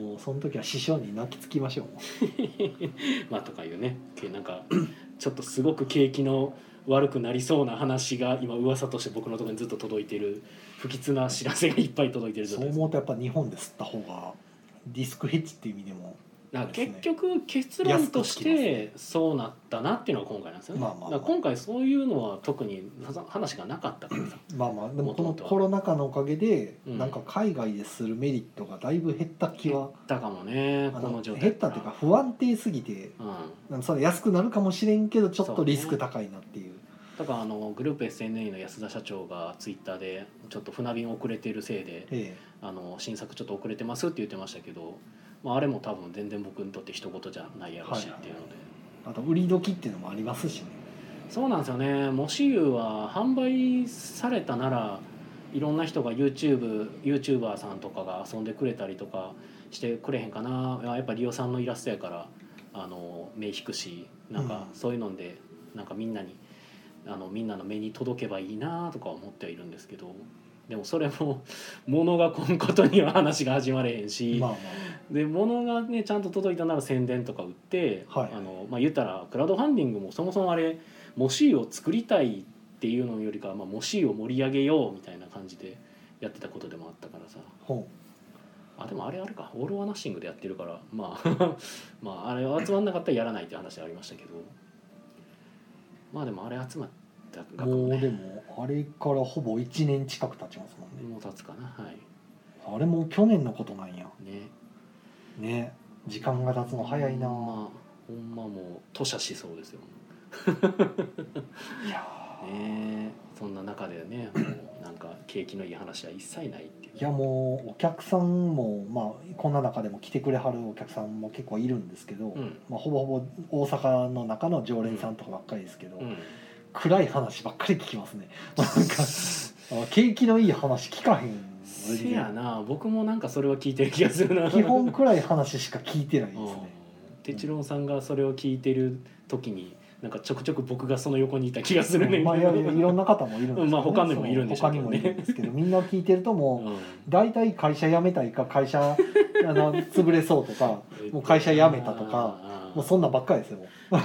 B: もうその時は師匠に泣きつきましょう
A: まあとかいうねけなんかちょっとすごく景気の悪くなりそうな話が今噂として僕のところにずっと届いてる不吉な知らせがいっぱい届いてる状
B: そう
A: 態です
B: 思うとやっぱ日本で吸った方がディスクヘッジっていう意味でも
A: だから結局結論としてそうなったなっていうのが今回なんですよね、
B: まあまあまあ
A: だから今回そういうのは特に話がなかったからさ
B: まあまあでもこの
A: 元々は
B: コロナ禍のおかげで
A: うん
B: なんか海外でするメリットがだいぶ減った気は、
A: 減ったかもね
B: あ
A: こ
B: の
A: の状態
B: 減ったっていうか不安定すぎて
A: うん、
B: なんかそれ安くなるかもしれんけどちょっ
A: そ
B: と
A: うね
B: リスク高いなっていう
A: だからあのグループ SNE の安田社長がツイッターでちょっと船便遅れてるせいで
B: え
A: あの新作ちょっと遅れてますって言ってましたけど、まあ、あれも多分全然僕にとって一言じゃないやろしっていうので、
B: えあと売り時っていうのもありますしね
A: そうなんですよねもしゆうは販売されたならいろんな人が YouTube YouTuber さんとかが遊んでくれたりとかしてくれへんかなやっぱりリオさんのイラストやからあの目引くしなんか
B: うん
A: そういうので、なんかみんなにあのみんなの目に届けばいいなとか思ってはいるんですけどでもそれも物が来んことには話が始まれへんし、
B: まあま
A: で物がねちゃんと届いたなら宣伝とか売って、
B: はい
A: あのまあ、言ったらクラウドファンディングもそもそもあれ模試を作りたいっていうのよりかは、まあ、模試を盛り上げようみたいな感じでやってたことでもあったからさ
B: あ本
A: あでもあれあれかオール・オア・ナッシングでやってるからまあ まああれ集まんなかったらやらないって話はありましたけどまあでもあれ集まった額
B: も
A: も
B: うで
A: ね
B: もあれからほぼ1年近く経ちますもんね
A: もう経つかなはい
B: あれも去年のことなんや
A: ね
B: ね時間が経つの早いな
A: ほんまほんまもう吐瀉しそうですよ
B: いやー
A: ねえそんな中でねもうなんか景気のいい話は一切ないっていう
B: いやもうお客さんもまあこんな中でも来てくれはるお客さんも結構いるんですけど、
A: うん
B: まあ、ほぼほぼ大阪の中の常連さんとかばっかりですけど、
A: うん
B: 暗い話ばっかり聞きますね なんかあ景気のいい話聞かへん
A: せやな僕もなんかそれは聞いてる気がするな
B: 基本暗い話しか聞いてないです
A: うん
B: ね
A: 哲郎さんがそれを聞いてる時になんかちょくちょく僕がその横にいた気がするねんけど
B: まあ、いやいやいろんな方もいるんですけど
A: まあ他にもいるんでしょうけどね
B: そう他にもいるんですけどみんな聞いてるとも
A: うん
B: う大体会社辞めたいか会社あの潰れそうとかもう会社辞めたとか
A: あー
B: もうそんなんばっかりですよ
A: あ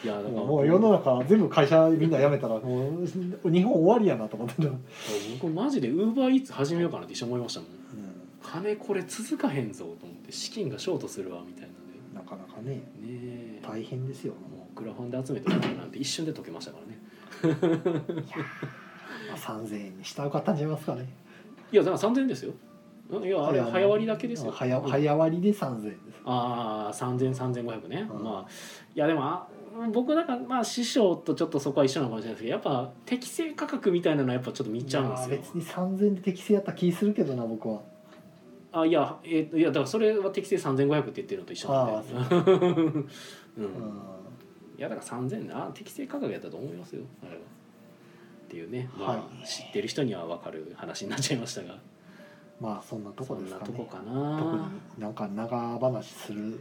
A: ーいやだから
B: もう世の中全部会社みんな辞めたらもう日本終わりやなと思ってる、
A: 僕マジでウーバーイーツ始めようかなって一瞬思いましたもん金これ続かへんぞと思って資金がショートするわみたいなん
B: なかなかね
A: でねえ
B: 大変ですよ、
A: もうクラファンで集めたお金なんて一瞬で解けましたからね
B: まあ、3000円にしたらよかったんじゃないますかね
A: いやだから3000円ですようんいやあれ早割りだけですよ
B: 早
A: うん
B: 早割りで3000円です
A: ああ30003500ね、
B: うん
A: まあいやでもあ僕なんかまあ師匠とちょっとそこは一緒なのかもしれないですけどやっぱ適正価格みたいなのはやっぱちょっと見ちゃうんですよ
B: まあ別に3000円で適正やった気するけどな僕は
A: あいや,、えーといやだからそれは適正3500って言ってるのと一緒なんで うん、
B: う
A: いやだから3000な適正価格やったと思いますよあれはっていうね、まあ
B: はい
A: 知ってる人には分かる話になっちゃいましたが
B: んまあそんなと
A: そ
B: こ
A: ん
B: で
A: な
B: すか
A: と
B: ね
A: こか
B: 特
A: な
B: になんか長話する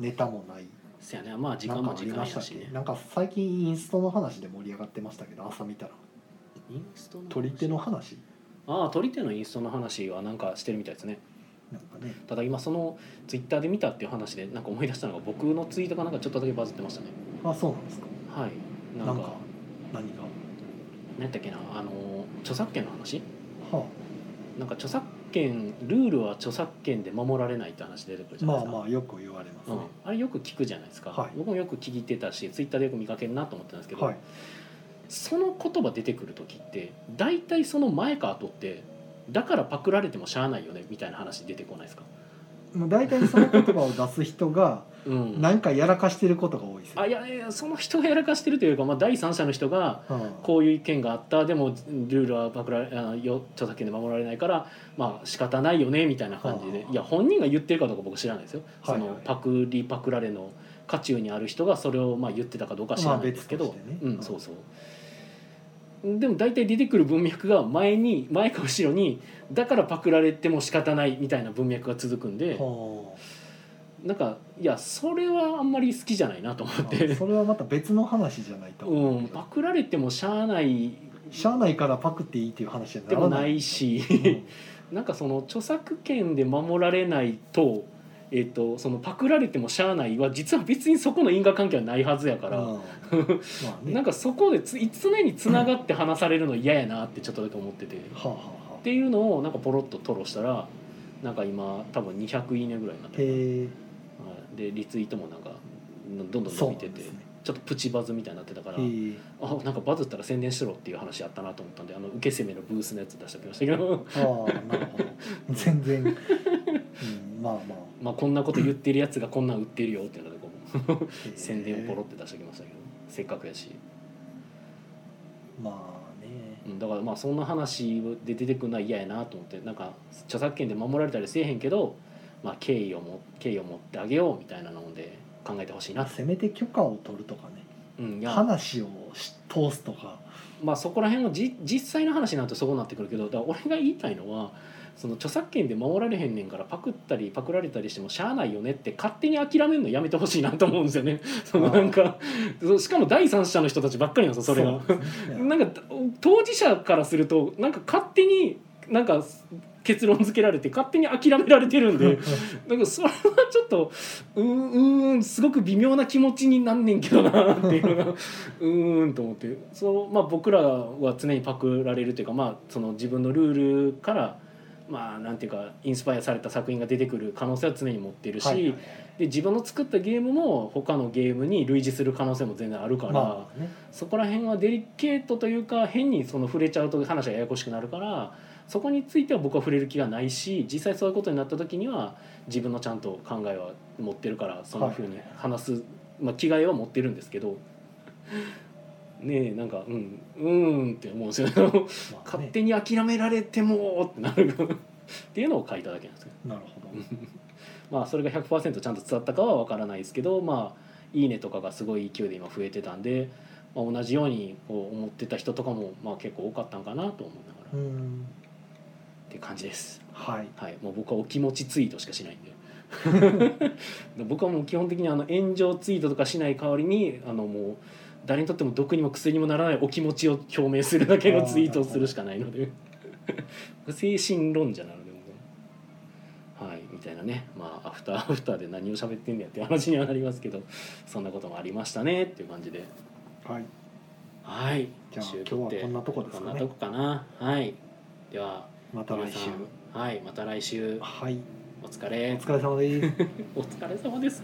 B: ネタもない
A: せやねまあ時
B: な
A: 間
B: ん
A: も
B: かあ
A: 時
B: り
A: 間
B: まし
A: や
B: たっ
A: し
B: け
A: ね
B: なんか最近インストの話で盛り上がってましたけど朝見たら
A: インストの話
B: 取り手の話
A: ああ取り手のインストの話はなんかしてるみたいですね
B: なんかね
A: ただ今そのツイッターで見たっていう話でなんか思い出したのが僕のツイートがなんかちょっとだけバズってましたね
B: あそうなんですか
A: はいな
B: なんん
A: か
B: か何が
A: 何やったっけなあの著作権の話
B: は
A: なんか著作権ルールは著作権で守られないって話出てくる
B: あ
A: じゃない
B: ま
A: ですか
B: あまあよく言われます
A: うん
B: ね、
A: あれよく聞くじゃないですか、
B: はい
A: 僕もよく聞いてたしツイッターでよく見かけるなと思ってたんですけど、
B: はい
A: その言葉出てくる時って大体その前か後ってだからパクられてもしゃあないよねみたいな話出てこないですか、
B: もう大体その言葉を出す人が
A: うん、
B: 何かやらかしてることが多いですよ
A: あいやいやその人がやらかしてるというか、まあ、第三者の人が
B: うん
A: こういう意見があったでもルールはパクられあよ著作権で守られないからまあ仕方ないよねみたいな感じで
B: はあ
A: いや本人が言ってるかどうか僕知らないですよ、
B: はいはい
A: そのパクリパクられの渦中にある人がそれをまあ言ってたかどうかは知らないですけど、
B: まあ別としてね
A: うん、そうそうでも大体出てくる文脈が前に前か後ろにだからパクられても仕方ないみたいな文脈が続くんで
B: は
A: なんかいやそれはあんまり好きじゃないなと思
B: あ
A: って。
B: それはまた別の話じゃないと思
A: うん、パクられてもしゃあない
B: しゃあないからパクっていいっていう話に
A: で
B: な
A: も
B: ら
A: な
B: ない
A: いし、
B: うん
A: なんかその著作権で守られないと,、えっとそのパクられてもしゃあないは実は別にそこの因果関係はないはずやから、
B: うんまあね
A: なんかそこでつ常につながって話されるの嫌やなってちょっとだけ思ってて、っ
B: はあはあはあ
A: ていうのをなんかポロッとトロしたらなんか今多分200いいねぐらいになってる
B: へ
A: はいでリツイートもなんかどんどん
B: え
A: 伸
B: そう
A: び
B: なん
A: て
B: で
A: て、
B: すね
A: ちょっとプチバズみたいになってたから。
B: へえ
A: あなんかバズったら宣伝しろっていう話やったなと思ったんであの受け攻めのブースのやつ出してきましたけど
B: ああなるほど全然、うん、まあまあ
A: まあこんなこと言ってるやつがこんなん売ってるよっていうのでこう
B: へえ
A: 宣伝をポロって出してきましたけどせっかくやし、
B: まあね
A: うん、だからまあそんな話で出てくるのは嫌やなと思ってなんか著作権で守られたりせえへんけど、まあ、敬意をも敬意を持ってあげようみたいなので考えてほしいな、
B: せめて許可を取るとかね
A: うん、いや
B: 話をし通すとか
A: まあそこら辺はじ実際の話になるとそうなってくるけどだから俺が言いたいのはその著作権で守られへんねんからパクったりパクられたりしてもしゃあないよねって勝手に諦めるのやめてほしいなと思うんですよね。 そのなんかそうしかも第三者の人たちばっかりなんですよそれが。
B: うですね
A: なんか当事者からするとなんか勝手になんか結論付けられて勝手に諦められてるん でなんかそれはちょっとうーんうーんすごく微妙な気持ちになんねんけどなっていうのが うーんと思ってそう、まあ、僕らは常にパクられるというか、まあ、その自分のルールから。まあ、なんていうかインスパイアされた作品が出てくる可能性は常に持ってるし、
B: はいはい
A: で自分の作ったゲームも他のゲームに類似する可能性も全然あるから、
B: まあね
A: そこら辺はデリケートというか変にその触れちゃうと話がややこしくなるからそこについては僕は触れる気がないし実際そういうことになった時には自分のちゃんと考えは持ってるからそんなふうに話す、まあ、気概は持ってるんですけどねえなんかうんうーんって思うんですよね
B: まあ
A: 勝
B: ね
A: 手に諦められてもってなるっていうのを書いただけなんですけど
B: なるほど
A: まあそれが100%ちゃんと伝わったかは分からないですけどまあ「いいね」とかがすごい勢いで今増えてたんで、まあ、同じようにこう思ってた人とかもまあ結構多かったんかなと思いながら、
B: う
A: っ
B: ん
A: て感じです
B: はい
A: はいもう僕はお気持ちツイートしかしないんで 僕はもう基本的にあの炎上ツイートとかしない代わりにあのもう誰にとっても毒にも薬にもならないお気持ちを表明するだけのツイートをするしかないので 精神論者なのでもうはいみたいなねまあアフターアフターで何を喋ってんねやっていう話にはなりますけどそんなこともありましたねっていう感じで
B: はい
A: はい
B: じゃあ
A: 週
B: 今日はこんなとこです
A: こんな
B: かね
A: とこかなはいでは
B: また来週
A: 皆さんはいまた来週
B: はい
A: お疲
B: お
A: れ
B: 疲れ様です
A: お疲れ様です